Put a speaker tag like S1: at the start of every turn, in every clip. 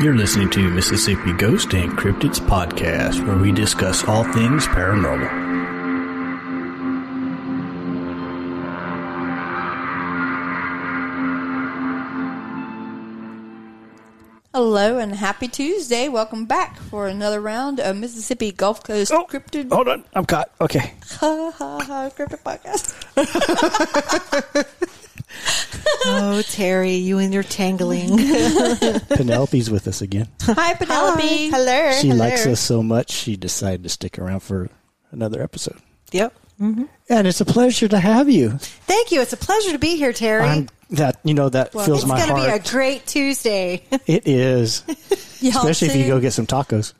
S1: You're listening to Mississippi Ghost and Cryptids Podcast, where we discuss all things paranormal.
S2: Hello and happy Tuesday. Welcome back for another round of Mississippi Gulf Coast
S1: Oh,
S2: Cryptid
S1: Hold on, I'm caught. Okay.
S2: ha, ha, ha, Cryptid Podcast.
S3: Oh, Terry, you and your tangling.
S1: Penelope's with us again.
S2: Hi Penelope.
S3: Hello.
S1: She likes us so much, she decided to stick around for another episode.
S3: Yep.
S1: And it's a pleasure to have you.
S3: Thank you. It's a pleasure to be here, Terry.
S1: I'm that you know that
S2: Well,
S1: fills
S3: it's
S1: my
S3: going to be a
S1: heart.
S3: great Tuesday.
S1: it is,
S2: Y'all
S1: especially if you
S2: too.
S1: go get some tacos.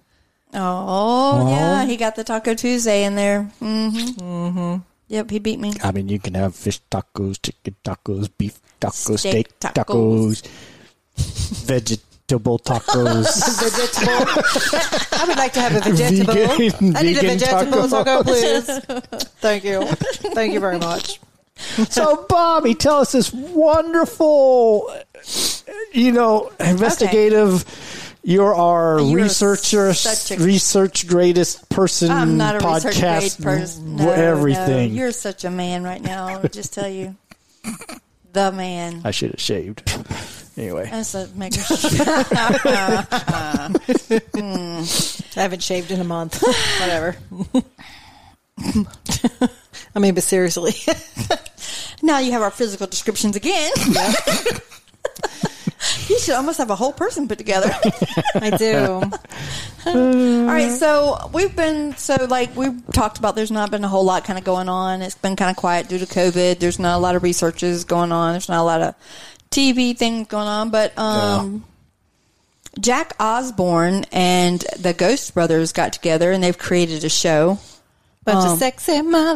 S2: Oh, yeah, he got the Taco Tuesday in there. Mm-hmm. Yep, he beat me.
S1: I mean, you can have fish tacos, chicken tacos, beef tacos, steak,
S2: Steak
S1: tacos, vegetable tacos.
S3: vegetable. I would like to have a vegetable.
S1: Vegan-
S3: I need a
S1: vegan
S3: vegetable
S1: taco.
S3: taco, please. Thank you. Thank you very much.
S1: so, Bobby, tell us this wonderful, you know, investigative. You're our
S2: You're
S1: researcher,
S2: such a-
S1: research greatest person,
S2: I'm not a research grade
S1: podcast,
S2: person.
S1: Mm, w-
S2: No,
S1: everything.
S2: no, you're such a man right now. I'll just tell you, the man.
S1: I should have shaved. Anyway,
S2: That's a maker.
S3: I haven't shaved in a month. Whatever. I mean, but seriously,
S2: now you have our physical descriptions again. you should almost have a whole person put together.
S3: I do.
S2: All right,
S3: Mm-hmm.
S2: so we've been so like we've talked about. There's not been a whole lot kind of going on. It's been kind of quiet due to COVID. There's not a lot of researches going on. There's not a lot of TV things going on. But um, Jack Osborne and the Ghost Brothers got together and they've created a show
S3: Bunch of sexy motherfuckers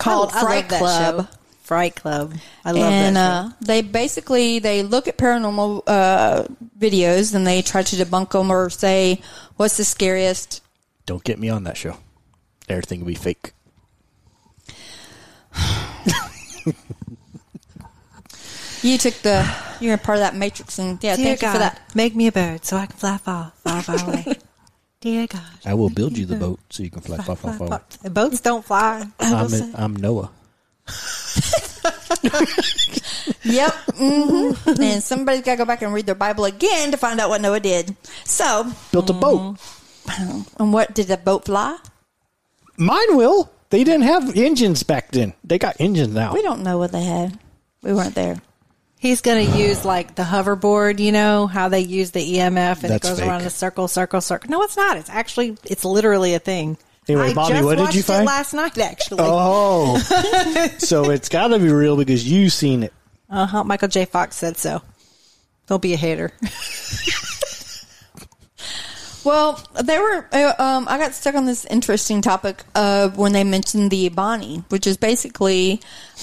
S2: Called
S3: I love
S2: Fright
S3: that
S2: Club.
S3: show. Fright Club. I love
S2: and
S3: that. show.
S2: uh, they basically they look at paranormal uh, videos and they try to debunk them or say what's the scariest
S1: don't get me on that show. Everything will be fake.
S2: you took the you're a part of that matrix and yeah
S3: Dear
S2: thank
S3: God,
S2: you for that
S3: make me a bird so I can fly far, far, far away. Dear God.
S1: I will build you the boat so you can fly, far, far,
S3: Fly,
S1: far.
S3: far. Boats don't fly.
S1: I'm, I'm Noah.
S2: Yep. hmm and somebody's got to go back and read their Bible again to find out what Noah did. So,
S1: Built a boat.
S2: and what did the boat fly?
S1: Mine will. They didn't have engines back then. They got engines now.
S2: We don't know what they had. We weren't there.
S3: He's going to use like the hoverboard, you know, how they use the EMF and
S1: That's
S3: it goes
S1: fake.
S3: around in a circle, circle, circle. No, it's not. It's actually, it's literally a thing.
S1: Anyway,
S3: I
S1: Bobby,
S3: just
S1: what did
S3: watched
S1: you
S3: it
S1: find?
S3: last night? Actually,
S1: Oh, so it's got to be real because you seen it.
S3: uh huh. Michael J. Fox said so. Don't be a hater.
S2: Well, they were. Uh, um, I got stuck on this interesting topic of when they mentioned the Ibani, which is basically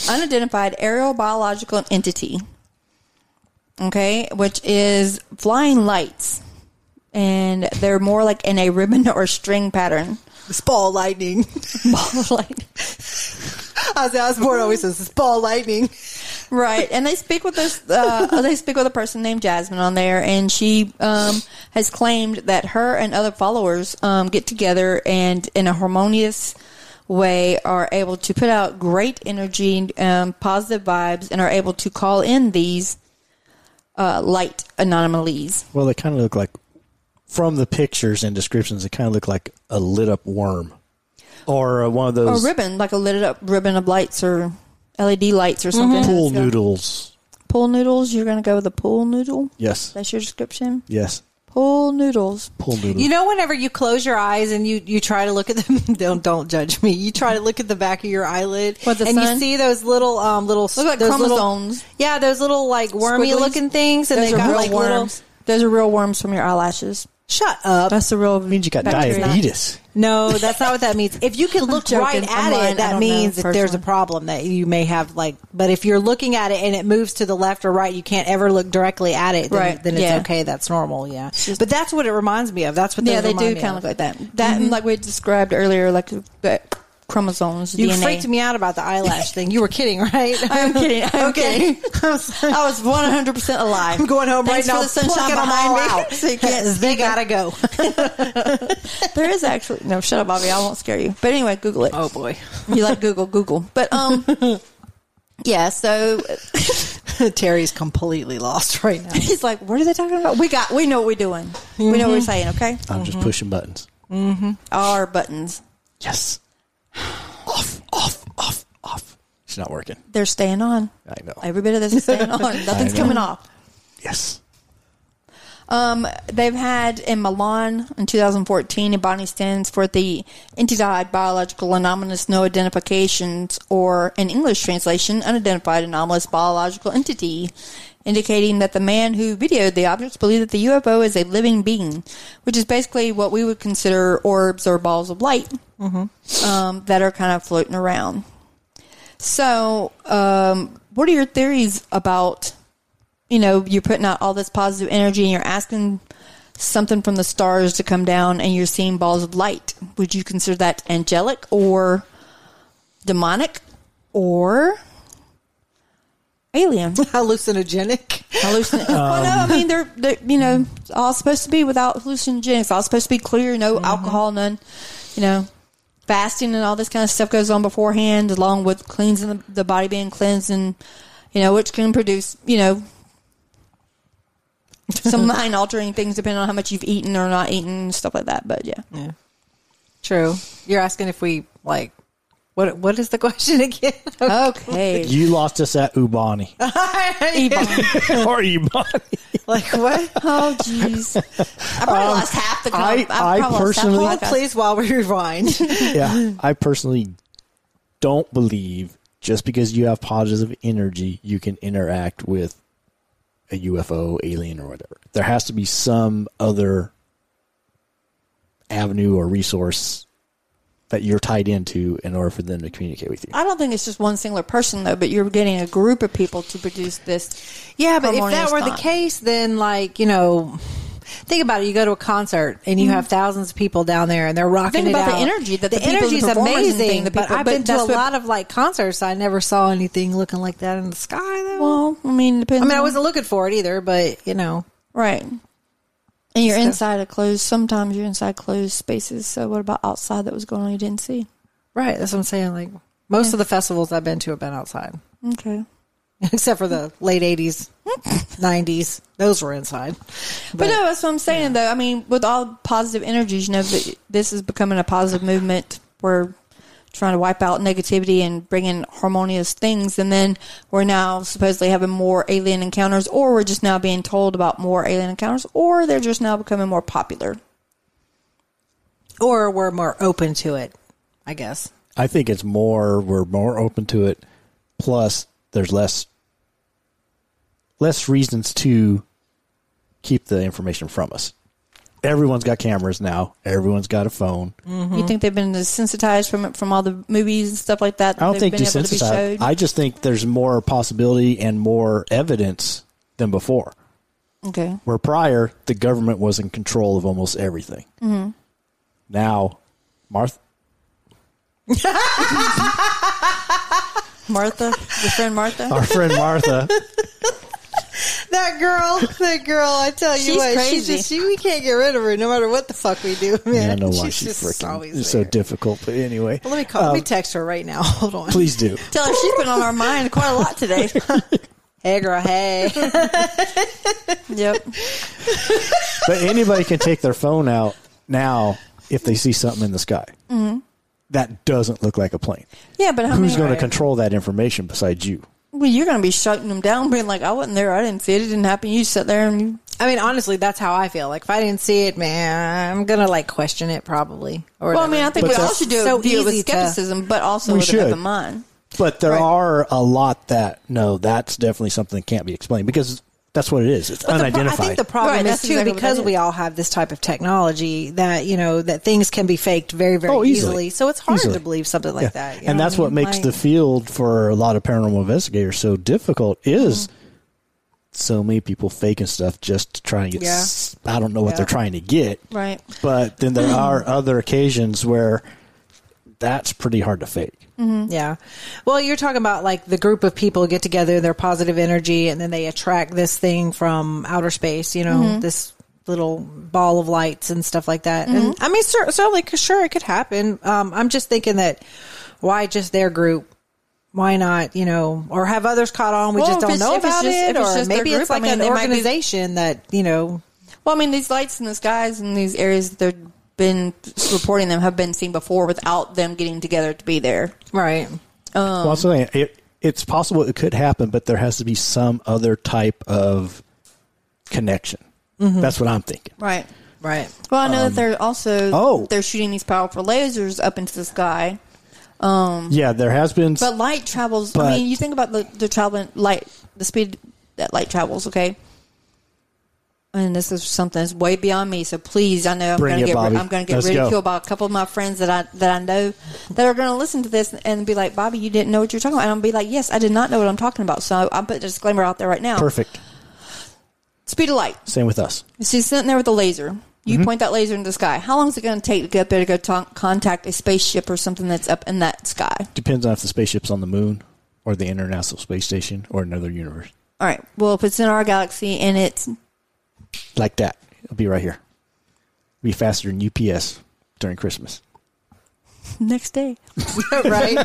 S2: unidentified aerial biological entity. Okay, which is flying lights, and they're more like in a ribbon or string pattern.
S3: It's ball lightning.
S2: Ball light.
S3: Ozzy Osbourne always says it's ball lightning.
S2: Right, and they speak with this. Uh, they speak with a person named Jasmine on there, and she um, has claimed that her and other followers um, get together and, in a harmonious way, are able to put out great energy, um, positive vibes, and are able to call in these uh, light anomalies.
S1: Well, they kind of look like, from the pictures and descriptions, they kind of look like a lit up worm, or uh, one of
S2: A
S1: those
S2: ribbon, like a lit up ribbon of lights or LED lights or something.
S1: Mm-hmm. pool noodles.
S2: Pool noodles. You're going to go with a pool noodle.
S1: Yes,
S2: That's your description.
S1: yes,
S2: Pool noodles.
S1: pool noodles.
S3: You know, whenever you close your eyes and you, you try to look at them, don't don't judge me. You try to look at the back of your eyeyelid,
S2: What, the
S3: and
S2: sun?
S3: you see those little um little
S2: Look like
S3: those little-
S2: chromosomes.
S3: yeah, those little like wormy
S2: Squigglies.
S3: looking things, and
S2: Those
S3: they
S2: are
S3: got
S2: real
S3: like little.
S2: worms. Those are real worms from your eyelashes.
S3: Shut up!
S2: That's the real.
S1: means you got
S2: bacteria.
S1: diabetes.
S3: No, that's not what that means. If you can look
S2: joking. I'm
S3: right at
S2: lying. I
S3: it,
S2: don't
S3: that means
S2: know
S3: that there's a
S2: personally.
S3: problem that you may have like. But if you're looking at it and it moves to the left or right, you can't ever look directly at it. Then,
S2: Right.
S3: then it's
S2: Yeah.
S3: okay. That's normal. Yeah, but that's what it reminds me of. That's what
S2: Yeah,
S3: those
S2: they do
S3: remind me
S2: kind of
S3: of.
S2: look like that. That and like we described earlier, like the chromosomes,
S3: You
S2: DNA.
S3: freaked me out about the eyelash thing. You were kidding, right?
S2: I'm kidding. I'm
S3: okay.
S2: kidding. I was 100 percent alive.
S3: I'm going home
S2: Thanks
S3: right now.
S2: For the sunshine
S3: plucking 'em all
S2: behind me.
S3: out.
S2: So you can't-
S3: they gotta go.
S2: there is actually no. Shut up, Bobby. I won't scare you. But anyway, Google
S1: Oh.
S2: it.
S3: boy.
S2: You like Google? Google. But um, yeah. So
S3: Terry's completely lost right now.
S2: he's like, "What are they talking about? We got. We know what we're doing. We know what
S3: Mm-hmm.
S2: we're saying. Okay,
S1: I'm just pushing buttons.
S2: our buttons.
S1: Yes. off, off, off, off. It's not working.
S2: They're staying on.
S1: I know.
S2: Every bit of this is staying on. Nothing's
S1: I know.
S2: coming off.
S1: yes.
S2: Um, they've had in Milan in 2014, Ibani stands for the Entidad Biological Anomalous No Identifications, or in English translation, Unidentified Anomalous Biological Entity, indicating that the man who videoed the objects believed that the UFO is a living being, which is basically what we would consider orbs or balls of light um, that are kind of floating around. So, um, what are your theories about you know, you're putting out all this positive energy and you're asking something from the stars to come down and you're seeing balls of light. Would you consider that angelic or demonic or alien?
S3: Hallucinogenic.
S2: Hallucin- well,
S1: Um,
S2: no, I mean, they're, they're, you know, it's all supposed to be without hallucinogenics, all supposed to be clear, no
S1: Mm-hmm.
S2: alcohol, none, you know. Fasting and all this kind of stuff goes on beforehand, along with cleansing the, the body being cleansed, and you know, which can produce, you know, some mind altering things depending on how much you've eaten or not eaten and stuff like that. But yeah.
S3: Yeah. True. You're asking if we like what what is the question again?
S2: Okay.
S1: You lost us at Ubani. or Ubani.
S3: like what?
S2: oh jeez. I probably lost half the. Com-
S1: Um, I- I
S2: probably lost half the
S1: personally-
S2: podcast.
S3: Please while we rewind.
S1: yeah. I personally don't believe just because you have positive energy, you can interact with a UFO, alien, or whatever. There has to be some other avenue or resource that you're tied into in order for them to communicate with you.
S2: I don't think it's just one singular person though, but you're getting a group of people to produce this.
S3: Yeah, but if
S2: harmonious
S3: that were the
S2: thought.
S3: case, then like you know, think about it. You go to a concert and you have thousands of people down there, and they're rocking
S2: Think
S3: it
S2: about the
S3: out.
S2: energy that the people, the performers and thing, the
S3: but
S2: people-
S3: I've
S2: but
S3: been to a
S2: that's what-
S3: lot of like concerts. I never saw anything looking like that in the sky. Though.
S2: Well, I mean, depends.
S3: I mean, I
S2: on-
S3: wasn't looking for it either, but you know,
S2: right. And you're inside a closed. Sometimes you're inside closed spaces. So what about outside that was going on you didn't see?
S3: right? That's what I'm saying. Like most of the festivals I've been to have been outside,
S2: Okay.
S3: except for the late '80s, '90s. Those were inside.
S2: But, no, that's what I'm saying though. I mean, with all positive energies, you know, th- this is becoming a positive movement. We're trying to wipe out negativity and bring in harmonious things, and then we're now supposedly having more alien encounters, or we're just now being told about more alien encounters, or they're just now becoming more popular.
S3: or we're more open to it, I guess.
S1: I think it's more we're more open to it. Plus, there's less less reasons to keep the information from us. Everyone's got cameras now. Everyone's got a phone.
S2: You think they've been desensitized from it from all the movies and stuff like that? that
S1: I don't
S2: they've
S1: think
S2: been able to be
S1: desensitized.
S2: showed?
S1: I just think there's more possibility and more evidence than before.
S2: okay,
S1: Where prior, the government was in control of almost everything.
S3: Mm-hmm.
S1: Now, Martha,
S2: Martha, your friend Martha.
S1: our friend Martha,
S3: That girl, that girl, I tell you
S2: She's
S3: what, she's
S2: crazy.
S3: just she, we can't get rid of her no matter what the fuck we do, man.
S1: I don't know why
S3: she's,
S1: she's,
S3: just
S1: freaking
S3: always
S1: it's so
S3: there.
S1: difficult. But anyway,
S3: Let me call let me text her right now. Hold on.
S1: please do.
S2: Tell her she's been on our mind quite a lot today.
S3: Hey girl, hey.
S2: yep.
S1: but anybody can take their phone out now if they see something in the sky
S3: Mm-hmm.
S1: that doesn't look like a plane.
S2: Yeah, but how
S1: Who's
S2: many?
S1: going to control that information besides you?
S2: Well, you're going to be shutting them down, being like, I wasn't there. I didn't see it. It didn't happen. You sit there and you.
S3: I mean, honestly, that's how I feel. Like if I didn't see it, man, I'm gonna like question it probably. Or
S2: Well, I mean,
S3: whatever.
S2: I think
S1: But
S2: we all
S1: that's
S2: should do,
S3: so
S2: it- do it with
S3: easy to-
S2: skepticism, but also
S1: We
S2: with an
S1: should.
S2: open mind.
S1: But there
S3: Right.
S1: are a lot that no, that's definitely something that can't be explained because that's what it is. It's
S3: But the pro-
S1: unidentified.
S3: I think the problem
S2: Right,
S3: is
S2: that's
S3: too
S2: exactly what
S3: because
S2: that
S3: we
S2: is.
S3: all have this type of technology that you know that things can be faked very very
S1: Oh,
S3: easily.
S1: easily.
S3: So it's hard to
S1: Easily.
S3: believe something like that. you
S1: and
S3: know
S1: that's
S3: I
S1: what
S3: mean?
S1: makes
S3: Like-
S1: the field for a lot of paranormal investigators so difficult is
S3: Mm-hmm.
S1: so many people faking stuff just to try and get.
S3: Yeah.
S1: s- I don't know what
S3: Yeah.
S1: they're trying to get,
S2: Right.
S1: But then there are other occasions where that's pretty hard to fake.
S3: Yeah. Well, you're talking about like the group of people get together, their positive energy, and then they attract this thing from outer space, you know,
S2: Mm-hmm.
S3: this little ball of lights and stuff like that. And
S2: Mm-hmm.
S3: I mean, cer- certainly, c- sure, it could happen. Um, I'm just thinking that why just their group? Why not, you know, or have others caught on? We
S2: Well,
S3: just
S2: if
S3: don't
S2: it's-
S3: know
S2: if it's
S3: about
S2: just-
S3: it,
S2: if it's
S3: or
S2: just their
S3: maybe it's
S2: group, I
S3: like
S2: mean,
S3: an
S2: they might be-
S3: organization that you know.
S2: Well, I mean, these lights in the skies and these areas that they've been reporting them have been seen before without them getting together to be there.
S3: Right.
S1: well, I'm saying it, it's possible it could happen, but there has to be some other type of connection. That's what I'm thinking.
S2: Right.
S3: Right.
S2: Well, I know that they're also
S1: Um, oh.
S2: they're shooting these powerful lasers up into the sky.
S1: Yeah, there has been. s-
S2: But light travels.
S1: But-
S2: I mean, you think about the, the traveling light, the speed that light travels. Okay. And this is something that's way beyond me. So please, I know I'm
S1: Bring
S2: going to get
S1: it, Bobby.
S2: I'm going to get
S1: Let's go.
S2: ridiculed by a couple of my friends that I that I know that are going to listen to this and be like, "Bobby, you didn't know what you're talking about." And I'll be like, "Yes, I did not know what I'm talking about." So I'm putting a disclaimer out there right now.
S1: perfect.
S2: Speed of light.
S1: Same with us.
S2: So you're sitting there with a laser. You
S1: Mm-hmm.
S2: point that laser in the sky. How long is it going to take to get up there to go to- contact a spaceship or something that's up in that sky?
S1: Depends on if the spaceship's on the moon or the International Space Station or another universe.
S2: All right. Well, if it's in our galaxy and it's
S1: Like that. It'll be right here. Be faster than UPS during Christmas.
S2: next day,
S3: right.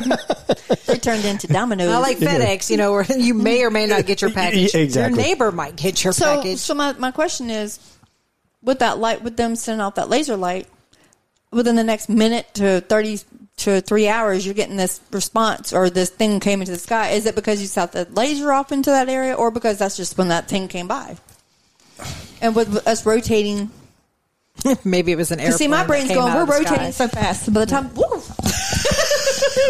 S2: it turned into dominoes.
S3: Not like FedEx, you know, where you may or may not get your package.
S1: Exactly.
S3: Your neighbor might get your
S2: so.
S3: package.
S2: So my, my question is, with that light, with them sending out that laser light, within the next minute to thirty to three hours, you're getting this response or this thing came into the sky. Is it because you shot the laser off into that area, or because that's just when that thing came by? And with us rotating
S3: Maybe it was an airplane.
S2: See, my
S3: that
S2: brain's
S3: came
S2: going.
S3: out
S2: We're
S3: of the
S2: rotating so
S3: sky.
S2: fast. By the time, woo,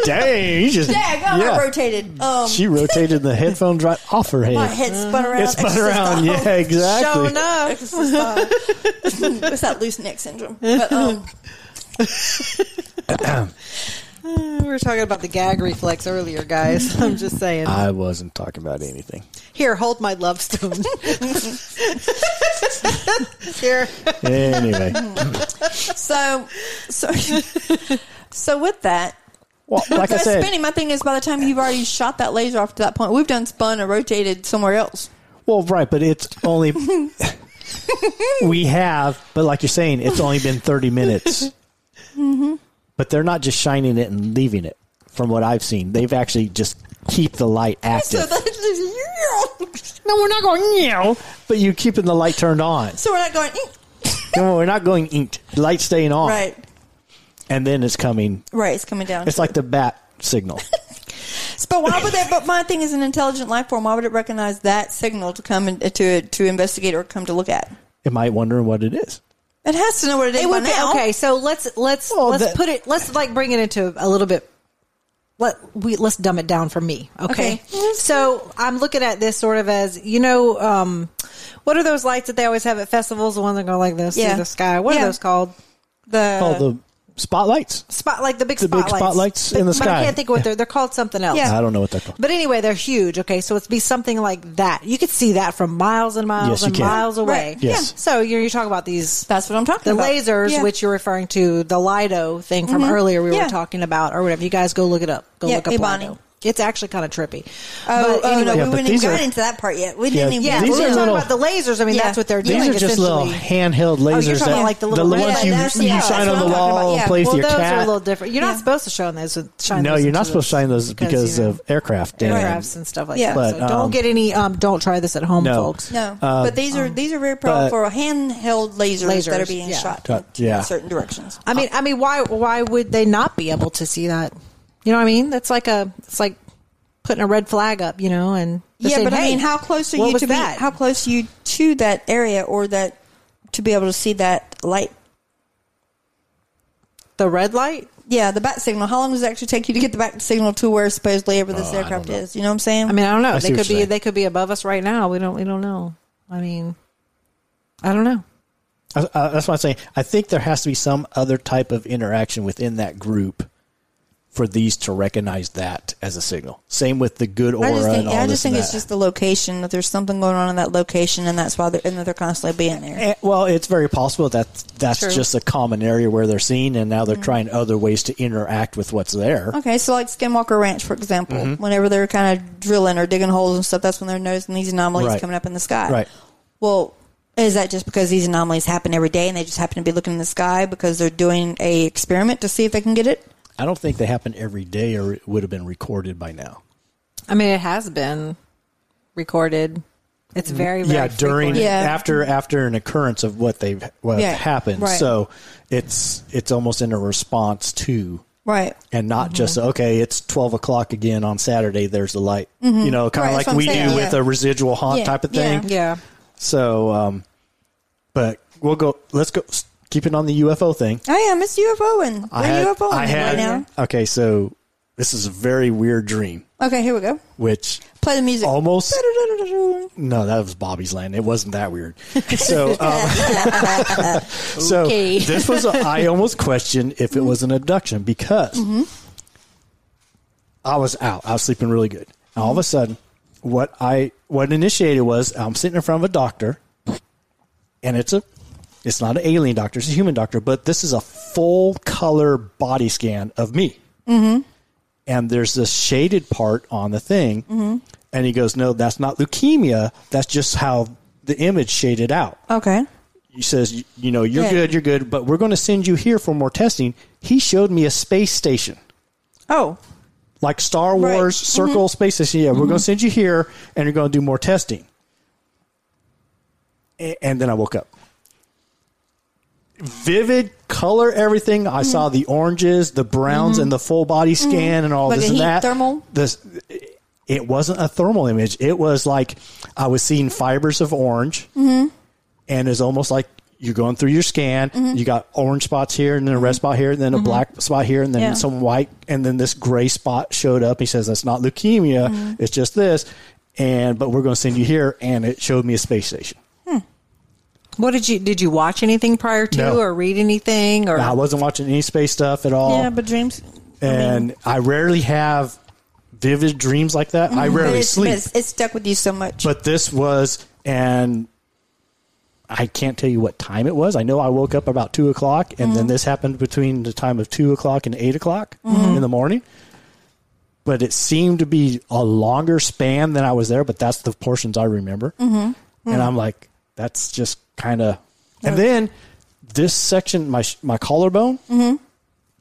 S1: Dang, you just.
S2: yeah, God, I rotated. Um,
S1: She rotated the headphones right off her head.
S2: my head spun around.
S1: it spun
S2: extra
S1: around.
S2: style.
S1: Yeah, exactly.
S3: Showing up.
S2: Extra style. uh, It's that loose neck syndrome. But um,
S3: Uh, We were talking about the gag reflex earlier, guys. I'm just saying.
S1: I wasn't talking about anything.
S3: Here, hold my love stone. Here.
S1: Anyway,
S2: so, so, so with that,
S1: well, like I
S2: that's
S1: said,
S2: spinning. My thing is, by the time you've already shot that laser off to that point, we've done spun or rotated somewhere else.
S1: well, right, but it's only we have, but like you're saying, it's only been 30 minutes.
S2: Mm-hmm.
S1: But they're not just shining it and leaving it. From what I've seen, they've actually just keep the light active.
S2: So that,
S1: no, we're not going. Meow, but you're keeping the light turned on.
S2: so we're not going. "Mm."
S1: No, we're not going inked. Light staying on,
S2: Right,
S1: and then it's coming.
S2: right. It's coming down.
S1: It's like the bat signal.
S2: But why would that? But my thing is an intelligent life form. Why would it recognize that signal to come and to to investigate or come to look at?
S1: Am I wondering what it is?
S2: It has to know what it is.
S3: It
S2: by
S3: would be
S2: now.
S3: okay. So let's let's
S1: Well,
S3: let's
S1: that-
S3: put it. Let's like bring it into a little bit. Let we let's dumb it down for me. Okay.
S2: Okay.
S3: So I'm looking at this sort of as you know, um, what are those lights that they always have at festivals? The ones that go like this
S2: Yeah.
S3: through the sky. What
S2: Yeah.
S3: are those called? The
S2: Uh.
S1: oh, the spotlights.
S3: spot like the big
S1: The big
S3: spotlights.
S1: spotlights
S3: But-
S1: in the
S3: but
S1: sky.
S3: I can't think of what they're. They're called something else.
S2: Yeah.
S1: I don't know what they're called.
S3: But anyway, they're huge. Okay, so it's be something like that. You could see that from miles and miles
S1: Yes, you
S3: and
S1: can.
S3: miles away.
S2: Right.
S1: Yes. Yeah.
S3: So you're, you're talking about these
S2: That's what I'm talking
S3: the
S2: about.
S3: lasers,
S2: Yeah. Mm-hmm.
S3: which you're referring to, the Lido thing from earlier we
S2: Yeah.
S3: were talking about, or whatever. You guys go look it up. Go
S2: Yeah,
S3: look up
S2: Ebony.
S3: Lido. It's actually kind of trippy.
S2: Oh,
S3: but
S2: oh,
S3: anyway,
S2: no,
S1: Yeah,
S2: we
S1: but
S2: wouldn't have
S1: these
S2: gotten
S1: are-
S2: into that part yet. We
S1: Yeah,
S2: didn't even.
S3: yeah,
S1: These
S3: we're
S1: are
S3: talking
S1: little-
S3: about the lasers. I mean,
S2: Yeah.
S3: that's what they're
S2: These
S3: doing.
S1: These are just little
S3: essentially.
S1: handheld
S2: Oh,
S3: you're
S1: lasers
S3: talking
S1: that
S3: about like the little red-
S1: ones you,
S2: Yeah, that's-
S1: you
S2: yeah,
S1: shine
S2: that's
S1: on
S2: what
S1: the
S2: I'm talking
S1: wall
S2: about,
S1: and
S2: yeah.
S1: play
S3: well,
S1: with your
S3: those are a
S1: cat.
S3: little different. You're
S2: Yeah.
S3: not supposed to show those. Shine
S1: no,
S3: those
S1: you're
S3: into
S1: not supposed to
S3: those
S1: shine those because,
S3: you know,
S1: of aircraft. and-
S3: aircrafts and stuff like
S2: Yeah.
S3: that.
S1: But,
S3: so
S1: um,
S3: don't get any. Um, don't try this at home,
S1: No.
S3: folks.
S2: no,
S1: Uh,
S2: but these are these are very powerful
S1: but-
S2: handheld lasers, that are
S3: Lasers,
S2: being
S3: yeah.
S2: shot
S1: Uh,
S2: in
S1: yeah.
S2: certain directions.
S3: I mean, I mean, why why would they not be able to see that? You know what I mean? That's like a it's like putting a red flag up, you know, and they're
S2: yeah,
S3: saying,
S2: but I
S3: "Hey,
S2: mean, how close are
S3: what
S2: you
S3: was
S2: to
S3: that?
S2: be? How close are you to that area or that to be able to see that light?
S3: the red light?
S2: Yeah, the bat signal. How long does it actually take you to get the bat signal to where supposedly ever this
S1: Oh, I
S2: aircraft
S1: don't know.
S2: is? You know what I'm saying?
S3: I mean, I don't know.
S1: I see
S3: they
S1: what
S3: could be
S1: you're saying.
S3: they could be above us right now. We don't we don't know. I mean, I don't know.
S1: I- I- that's what I'm saying. I think there has to be some other type of interaction within that group for these to recognize that as a signal. Same with the good aura
S2: I just think,
S1: and uh, all
S2: I
S1: this
S2: just think
S1: and
S2: it's
S1: that.
S2: just the location that there's something going on in that location, and that's why they're, and that they're constantly being there.
S1: Eh, well, it's very possible that that's
S3: True.
S1: just a common area where they're seen, and
S2: Mm.
S1: now they're trying other ways to interact with what's there.
S2: Okay, so like Skinwalker Ranch, for example,
S1: Mm-hmm.
S2: whenever they're kind of drilling or digging holes and stuff, that's when they're noticing these anomalies
S1: Right.
S2: coming up in the sky.
S1: Right.
S2: Well, is that just because these anomalies happen every day and they just happen to be looking in the sky because they're doing a experiment to see if they can get it?
S1: I don't think they happen every day, or it would have been recorded by now.
S3: I mean, it has been recorded. It's very, very
S1: Mm-hmm. yeah, during
S3: frequent.
S2: Yeah.
S1: after after an occurrence of what they've what
S2: Yeah,
S1: happened.
S2: right.
S1: So it's it's almost in a response to,
S2: Right.
S1: and not
S2: Mm-hmm.
S1: just okay. It's twelve o'clock again on Saturday. There's the light. You know, kind
S2: Mm-hmm. Right, that's
S1: of like
S2: what I'm
S1: we
S2: saying,
S1: do
S2: yeah.
S1: with a residual haunt
S2: Yeah,
S1: type of
S2: yeah.
S1: thing.
S3: Yeah.
S1: So, um, but we'll go. Let's go. s- Keep it on the UFO thing.
S2: I am. It's UFO and we're UFO
S1: I
S2: right now.
S1: Okay, so this is a very weird dream,
S2: Okay, here we go.
S1: which
S2: Play the music.
S1: almost. No, that was Bobby's land. It wasn't that weird. So, um, so
S3: Okay.
S1: this was. A, I almost questioned if it was an abduction because I was out. I was sleeping really good. And all of a sudden, what I what initiated was I'm sitting in front of a doctor, and it's a it's not an alien doctor. It's a human doctor, but this is a full color body scan of me and there's this shaded part on the thing. And he goes, No, that's not leukemia. That's just how the image shaded out.
S2: Okay.
S1: He says, You, you know, you're
S2: Yeah.
S1: good, you're good, but we're going to send you here for more testing. He showed me a space station,
S2: Oh,
S1: like Star Wars
S2: Right. Mm-hmm.
S1: circle space station. Yeah, we're going to send you here and you're going to do more testing. A- And then I woke up. Vivid color, everything.
S2: Mm-hmm.
S1: I saw the oranges, the browns, and the full body scan, and all
S2: Like
S1: this
S2: a
S1: and
S2: heat
S1: that.
S2: thermal?
S1: This, it wasn't a thermal image. It was like I was seeing fibers of orange, and it's almost like you're going through your scan.
S2: Mm-hmm.
S1: You got orange spots here, and then a red spot here, and then a black spot here, and then
S2: Yeah.
S1: some white, and then this gray spot showed up. He says that's not leukemia.
S2: Mm-hmm.
S1: It's just this, and but we're going to send you here, and it showed me a space station.
S3: What did you did you watch anything prior to
S1: No.
S3: or read anything or
S1: Now, I wasn't watching any space stuff at all.
S2: yeah, but dreams.
S1: and I rarely have vivid dreams like that. I
S2: But
S1: rarely
S2: Mm-hmm. it's,
S1: sleep.
S2: It's, it's stuck with you so much.
S1: But this was, and I can't tell you what time it was. I know I woke up about two o'clock, and then this happened between the time of two o'clock and eight o'clock in the morning. But it seemed to be a longer span than I was there. But that's the portions I remember, and I'm like, that's just kind of. And then this section, my sh- my collarbone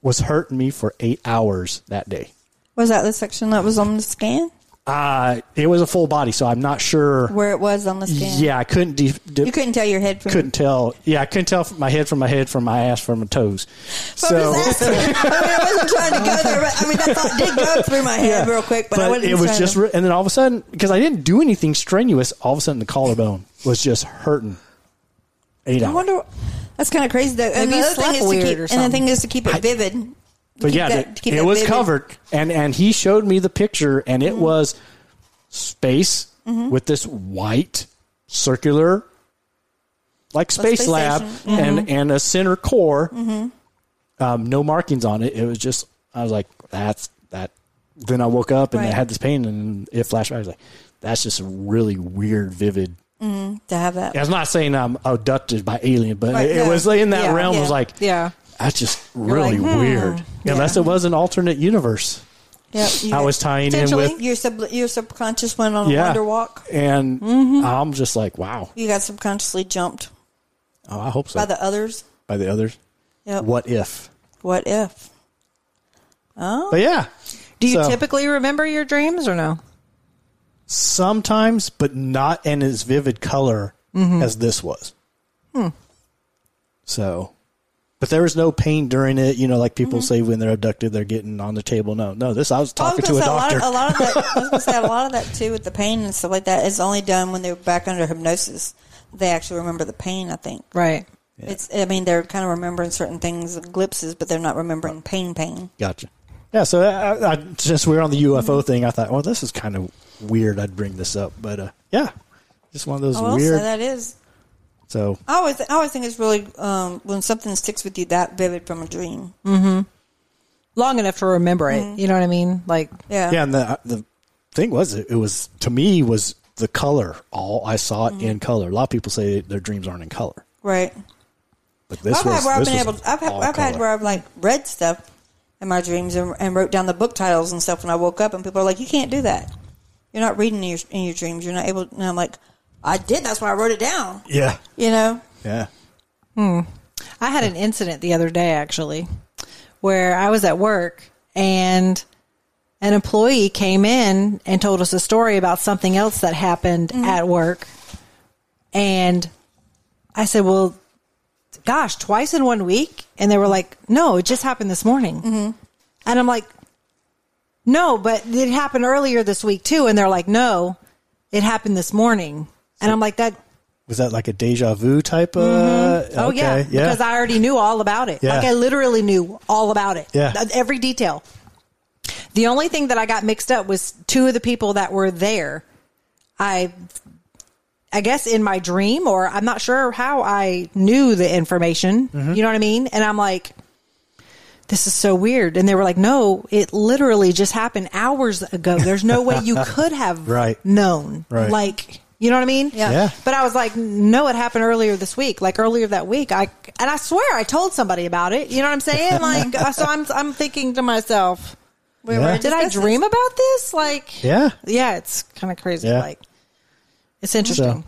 S1: was hurting me for eight hours that day.
S2: was that the section that was on the scan?
S1: Uh, it was a full body, so I'm not sure.
S2: Where it was on the scan?
S1: Yeah, I couldn't de- de-
S2: You couldn't tell your head from
S1: couldn't tell. Yeah, I couldn't tell from my head from my head from my ass from my toes. So
S2: I'm just asking. I, mean, I wasn't trying to go there, but I mean, that thought did go through my head real quick. But, I
S1: but
S2: wasn't
S1: it was
S2: trying
S1: just,
S2: to-
S1: re- and then all of a sudden, because I didn't do anything strenuous, all of a sudden the collarbone was just hurting. Eight
S2: I
S1: hours.
S2: wonder. That's kind of crazy, though. And
S3: Maybe
S2: the,
S3: you
S2: other thing
S3: slept
S2: is to
S3: weird
S2: keep,
S3: or
S2: and the
S3: something.
S2: thing is to keep it vivid.
S1: but
S2: keep
S1: yeah,
S2: that-
S1: the-
S2: keep
S1: it
S2: that Mm-hmm.
S1: was
S2: vivid.
S1: covered, and and he showed me the picture, and it was space
S2: Mm-hmm.
S1: with this white circular, like space,
S2: space
S1: lab,
S2: station. Mm-hmm.
S1: and and a center core, um, no markings on it. It was just I was like, that's that. Then I woke up and
S2: Right.
S1: I had this pain, and it flashed back. I was like, that's just a really weird, vivid.
S2: to have that.
S1: I was not saying I'm abducted by alien, but
S2: Right,
S1: it,
S2: no.
S1: was in that
S3: Yeah,
S1: realm.
S2: yeah.
S1: was like,
S3: yeah.
S1: that's just really
S3: like,
S1: weird. Unless it was an alternate universe.
S2: Yep, you
S1: I
S2: got-
S1: was tying in
S3: Potentially.
S1: with
S2: your sub your subconscious went on a
S1: yeah,
S2: wonder walk.
S1: and I'm just like, wow.
S2: You got subconsciously jumped
S1: Oh, I hope so.
S2: by the others.
S1: by the others,
S2: Yep.
S1: what if?
S2: What if?
S1: But yeah,
S3: Do you
S1: So-
S3: typically remember your dreams or no?
S1: sometimes, but not in as vivid color as this was. So, but there was no pain during it. You know, like people say when they're abducted, they're getting on the table. No, no. This I was
S2: I was
S1: talking
S2: gonna
S1: to a
S2: say
S1: doctor.
S2: A lot of, a lot of that, I was gonna say a lot of that too with the pain and stuff like that is only done when they're back under hypnosis. They actually remember the pain. I think
S3: Right.
S2: it's. I mean, they're kind of remembering certain things, glimpses, but they're not remembering pain. Pain.
S1: Gotcha. Yeah, so uh, I, I, since we were on the UFO thing, I thought, well, this is kind of weird. I'd bring this up, but uh, yeah, just one of those
S2: I will
S1: weird.
S2: say Oh, that is.
S1: so
S2: I always,
S1: Mm-hmm.
S2: I always think it's really um, when something sticks with you that vivid from a dream.
S3: long enough to remember it. You know what I mean? Like,
S2: Yeah.
S1: Yeah, and the uh, the thing was, it was to me was the color. All I saw
S2: Mm-hmm.
S1: it in color. A lot of people say their dreams aren't in color,
S2: Right.
S1: but this
S2: I've
S1: was.
S2: had where I've
S1: this
S2: been
S1: was
S2: able. I've, had,
S1: all
S2: I've had
S1: color.
S2: where I've like read stuff in my dreams and, and wrote down the book titles and stuff when I woke up, and people are like, "You can't do that. You're not reading in your, in your dreams. You're not able." And I'm like, "I did. That's why I wrote it down."
S1: Yeah,
S2: You know.
S1: yeah.
S3: I had an incident the other day actually where I was at work and an employee came in and told us a story about something else that happened at work. And I said, Well, gosh, twice in one week? And they were like, No, it just happened this morning. And I'm like, No, but it happened earlier this week too. And they're like, No, it happened this morning. And I'm like, That
S1: Was that like a deja vu type? of
S2: Mm-hmm.
S3: Oh
S1: okay,
S3: yeah, because I already knew all about it.
S1: Yeah.
S3: Like I literally knew all about it.
S1: Yeah.
S3: Th- every detail. The only thing that I got mixed up was two of the people that were there. I, I guess in my dream, or I'm not sure how I knew the information.
S1: Mm-hmm.
S3: You know what I mean? And I'm like, this is so weird. And they were like, no, it literally just happened hours ago. There's no way you could have
S1: Right.
S3: known.
S1: Right.
S3: Like, you know what I mean?
S2: Yeah.
S1: Yeah.
S3: But I was like, no, it happened earlier this week, like earlier that week. I and I swear I told somebody about it. You know what I'm saying? Like, uh, so I'm I'm thinking to myself,
S2: We
S1: Yeah.
S2: were
S3: did I
S2: discussing-
S3: dream about this? Like,
S1: Yeah.
S3: yeah, it's kind of crazy.
S1: Yeah.
S3: Like, it's interesting.
S1: So-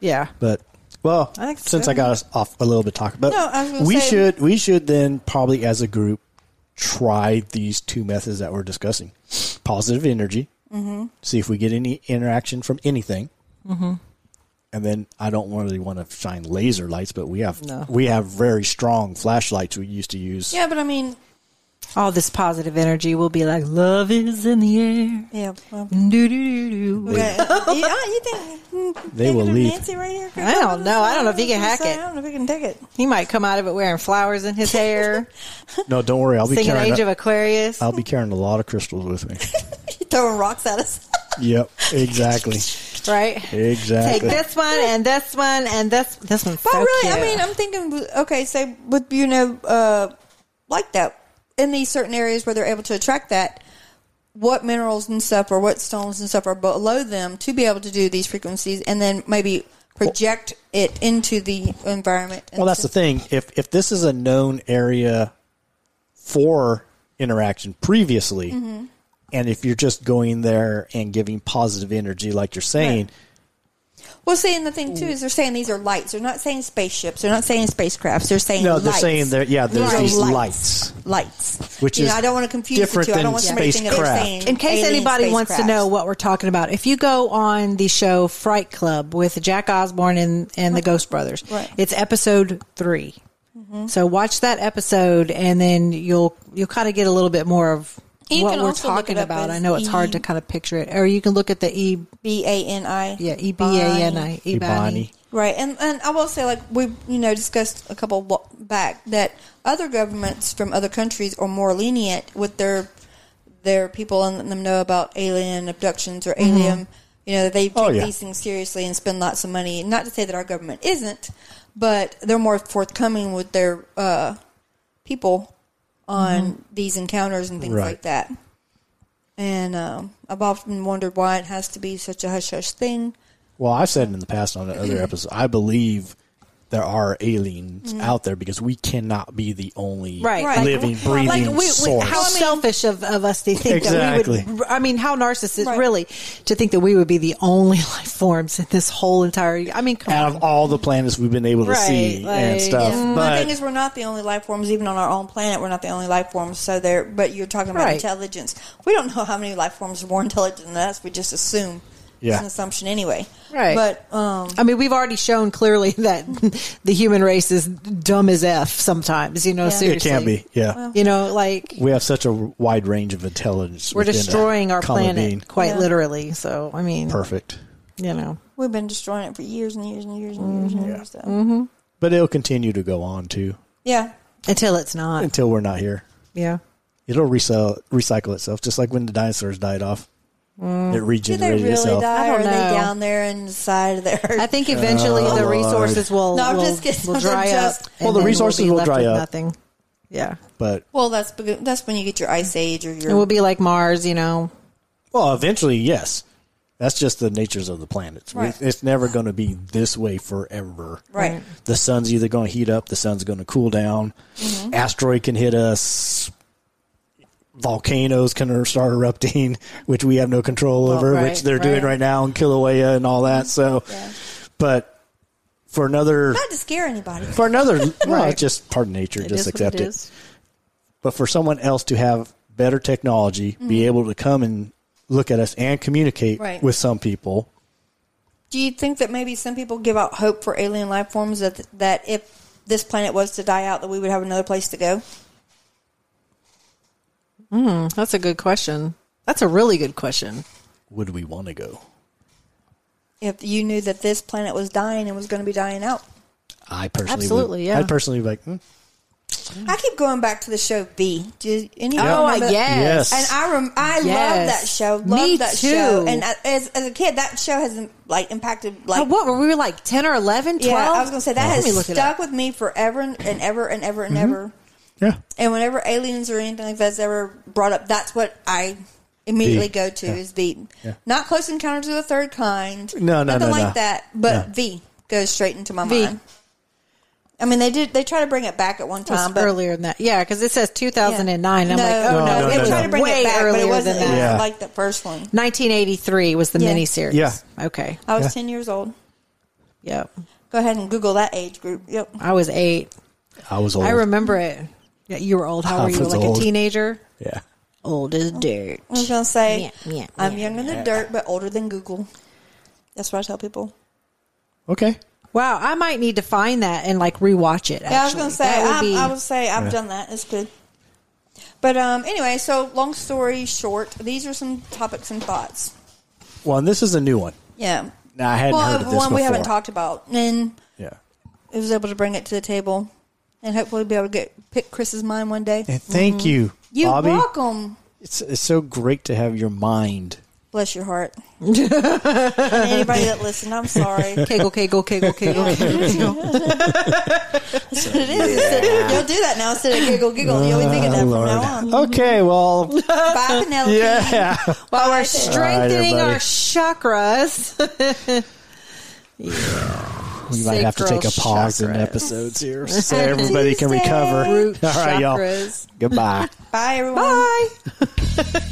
S3: Yeah,
S1: But well,
S3: I think so.
S1: since I got us off a little bit talking, but
S2: No, I was gonna
S1: we
S2: say-
S1: should we should then probably as a group try these two methods that we're discussing: positive energy,
S3: Mm-hmm.
S1: see if we get any interaction from anything, and then I don't really want to shine laser lights, but we have
S3: No.
S1: we have very strong flashlights we used to use.
S2: Yeah, but I mean,
S3: all this positive energy will be like love is in the air.
S2: yeah. Well,
S3: Do, do, do, do.
S2: okay. you, uh, you think mm,
S1: They will
S2: negative
S1: leave.
S2: Nancy right here?
S3: I don't know. I don't know if you can hack
S2: I
S3: it.
S2: don't know if you can take it.
S3: He might come out of it wearing flowers in his hair,
S1: No, don't worry, I'll be
S3: singing
S1: carrying
S3: Age
S1: a-
S3: of Aquarius.
S1: I'll be carrying a lot of crystals with me.
S2: You throwing rocks at us.
S1: yep, exactly,
S3: right? Take
S1: exactly.
S3: this one and this one and this this one's
S2: But
S3: so
S2: really, I
S3: cute.
S2: mean, I'm thinking. Okay, say with you know, uh, like that in these certain areas where they're able to attract that, what minerals and stuff or what stones and stuff are below them to be able to do these frequencies, and then maybe project it into the environment.
S1: Well, that's the thing. If if this is a known area for interaction previously,
S3: Mm-hmm.
S1: and if you're just going there and giving positive energy, like you're saying,
S2: Well, see, and the thing too is they're saying these are lights. They're not saying spaceships. They're not saying spacecrafts. They're saying
S1: no, they're
S2: lights.
S1: saying there, yeah, there's
S2: Right.
S1: these
S2: Lights.
S1: lights.
S2: lights,
S1: Which
S2: you
S1: is
S2: know, I don't want to confuse
S1: different
S2: the two. I
S1: than
S2: don't want somebody to think that they're
S1: spacecraft.
S2: saying
S3: in case
S2: alien
S3: anybody wants to
S2: spacecrafts.
S3: know what we're talking about, if you go on the show Fright Club with Jack Osborne and, and the Ghost Brothers,
S2: Right. Mm-hmm.
S3: it's episode 3 So watch that episode, and then you'll you'll kind of get a little bit more of
S2: You
S3: what
S2: can
S3: we're
S2: also look
S3: talking
S2: it up
S3: about.
S2: as
S3: I know it's hard
S2: E-
S3: to kind of picture it, or you can look at the e
S2: B A N I,
S3: yeah e b a n
S2: Bonnie.
S3: i E
S1: Ibani.
S3: Ebony.
S2: Right, and and I will say, like we you know discussed a couple wa- back that other governments from other countries are more lenient with their their people and letting them know about alien abductions or alien. You know they take
S1: Mm-hmm. Oh, yeah.
S2: these things seriously and spend lots of money. Not to say that our government isn't, but they're more forthcoming with their uh, people on these encounters and things
S1: Mm-hmm. Right.
S2: like that. And um, I've often wondered why it has to be such a hush hush thing.
S1: Well, I've said in the past on other episodes, I believe there are aliens out there because we cannot be the only
S3: Mm-hmm. Right. Right.
S1: living,
S2: Like,
S1: breathing
S3: like we, we,
S1: source.
S3: how selfish of, of us to think that we
S1: Exactly.
S3: would i mean how narcissist
S2: Right.
S3: really to think that we would be the only life forms in this whole entire i mean come
S1: out
S3: on
S1: of all the planets we've been able to
S3: Right,
S1: see and
S3: like-
S1: stuff,
S2: Yeah. the
S1: but
S2: Mm, thing is, we're not the only life forms, even on our own planet. We're not the only life forms. So there, but you're talking about
S3: Right.
S2: intelligence. We don't know how many life forms are more intelligent than us. We just assume.
S1: Yeah.
S2: It's an assumption anyway.
S3: Right.
S2: But um,
S3: I mean, we've already shown clearly that the human race is dumb as f. Sometimes, you know,
S2: Yeah.
S1: it
S3: seriously,
S1: can be. Yeah.
S3: You know, like
S1: we have such a wide range of intelligence.
S3: we're
S1: within a
S3: destroying our
S1: common
S3: planet,
S1: being.
S3: quite
S2: Yeah.
S3: literally. So, I mean,
S1: Perfect.
S3: you know,
S2: we've been destroying it for years and years and years and years and
S3: Mm-hmm.
S2: years. So.
S1: But it'll continue to go on too
S2: Yeah.
S3: until it's not.
S1: until we're not here.
S3: Yeah,
S1: It'll resell, recycle itself, just like when the dinosaurs died off. It
S2: Did Mm. they
S1: regenerated
S2: really
S1: itself.
S2: die?
S3: I
S2: or
S3: don't
S2: Are
S3: know.
S2: they down there in the side of the earth?
S3: I think eventually the
S1: Lord.
S3: resources will
S2: No, I'm
S3: will,
S2: just kidding.
S3: will dry
S2: I'm just-
S3: up.
S1: Oh Well,
S3: and
S1: the
S3: then
S1: resources
S3: be
S1: will
S3: left
S1: dry
S3: with
S1: up.
S3: Nothing. Yeah.
S1: But
S2: Well, that's becau- that's when you get your ice age or
S3: It
S2: your
S3: will be like Mars, you know.
S1: well, eventually, yes. That's just the natures of the planets.
S2: Right.
S1: It's- It's never going to be this way forever.
S2: right.
S1: The sun's either going to heat up, the sun's going to cool down,
S3: Mm-hmm.
S1: asteroid can hit us, volcanoes can er, start erupting, which we have no control over, which
S3: right,
S1: they're doing
S3: right.
S1: right now in Kilauea and all that. So, but for another,
S2: Not to scare anybody.
S1: for another, well,
S3: Right.
S1: it's just part of nature,
S3: It
S1: just
S3: is what
S1: accept
S3: it
S1: it.
S3: is.
S1: But for someone else to have better technology,
S3: Mm-hmm.
S1: be able to come and look at us and communicate
S2: Right.
S1: with some people,
S2: Do you think that maybe some people give out hope for alien life forms that that if this planet was to die out, that we would have another place to go?
S3: That's a good question. That's a really good question.
S1: would we want to go?
S2: If you knew that this planet was dying and was going to be dying out,
S1: I personally, would-
S3: Absolutely, yeah.
S1: I'd personally be like, hmm,
S2: I keep going back to the show B. Do you, anyone
S3: Mm. Oh,
S2: remember that?
S3: yes.
S1: yes,
S2: And I rem- I love
S3: Yes.
S2: that show. Love
S3: Me
S2: that
S3: too.
S2: show. And I, as, as a kid, that show has like impacted like
S3: Uh, what were we like 10 or 11, 12?
S2: yeah. I was gonna say that
S3: Let me
S2: has
S3: look it up. Mm-hmm.
S2: stuck with me forever and, and ever and ever and ever.
S1: yeah.
S2: And whenever aliens or anything like that's ever brought up, that's what I immediately
S1: V.
S2: go to
S1: Yeah.
S2: is V.
S1: Yeah.
S2: Not Close Encounters of the Third Kind.
S1: No, no,
S2: nothing
S1: no,
S2: like
S1: no.
S2: that. But
S1: No.
S2: V goes straight into my
S3: V.
S2: mind. I mean, they did. They try to bring it back at one
S3: It was
S2: time, but
S3: earlier than that. Yeah, because it says 2009. And I'm like, oh,
S1: No,
S3: no.
S1: no,
S2: they
S1: no,
S2: tried
S1: no.
S2: to bring
S3: Way
S2: it back, but
S3: earlier
S2: it wasn't
S3: than
S1: that. Yeah.
S2: like the first one.
S3: 1983 was the
S2: Yeah.
S3: miniseries.
S1: Yeah.
S3: Okay.
S2: I was
S1: Yeah.
S2: ten years old.
S3: Yep.
S2: Go ahead and Google that age group. Yep.
S3: I was eight.
S1: I was old.
S3: I remember it. Yeah, you were old. How
S1: I
S3: were you?
S1: was
S3: Like
S1: old.
S3: a teenager?
S1: Yeah.
S3: Old as dirt.
S2: I was gonna say
S3: Yeah, yeah,
S2: I'm
S3: yeah.
S2: young in the dirt, but older than Google. That's what I tell people.
S1: Okay.
S3: Wow, I might need to find that and like rewatch it. Actually.
S2: Yeah, I was gonna say
S3: That would
S2: I,
S3: be-
S2: I would say I've done that. It's good. But um, anyway, so long story short, these are some topics and thoughts.
S1: Well, and this is a new one.
S2: Yeah.
S1: Now, I hadn't
S2: well,
S1: heard of
S2: one
S1: this before.
S2: we haven't talked about, and
S1: Yeah.
S2: it was able to bring it to the table, and hopefully be able to get pick Chris's mind one day.
S1: And thank you,
S2: You're
S1: Bobby.
S2: welcome.
S1: It's it's so great to have your mind.
S2: Bless your heart. And anybody that listened, I'm sorry. That's
S3: Kegel, kegel, kegel, kegel, kegel.
S2: what it is. Instead- You'll do that now instead of giggle, giggle. You'll be thinking that
S1: Oh,
S2: from
S1: Lord.
S2: now on.
S1: Okay, well,
S2: Bye, Penelope.
S1: yeah.
S3: While we're
S1: All
S3: strengthening
S1: right, everybody.
S3: our chakras.
S1: We might have to take a
S3: Sacral
S1: pause in
S3: chakras.
S1: episodes here so
S2: Happy
S1: everybody can
S2: Tuesday.
S1: recover.
S3: Root
S1: All right, y'all.
S3: chakras.
S1: Goodbye.
S2: Bye, everyone.
S3: Bye.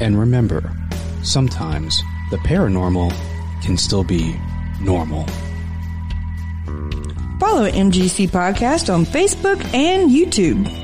S4: And remember, sometimes the paranormal can still be normal.
S5: Follow MGC Podcast on Facebook and YouTube.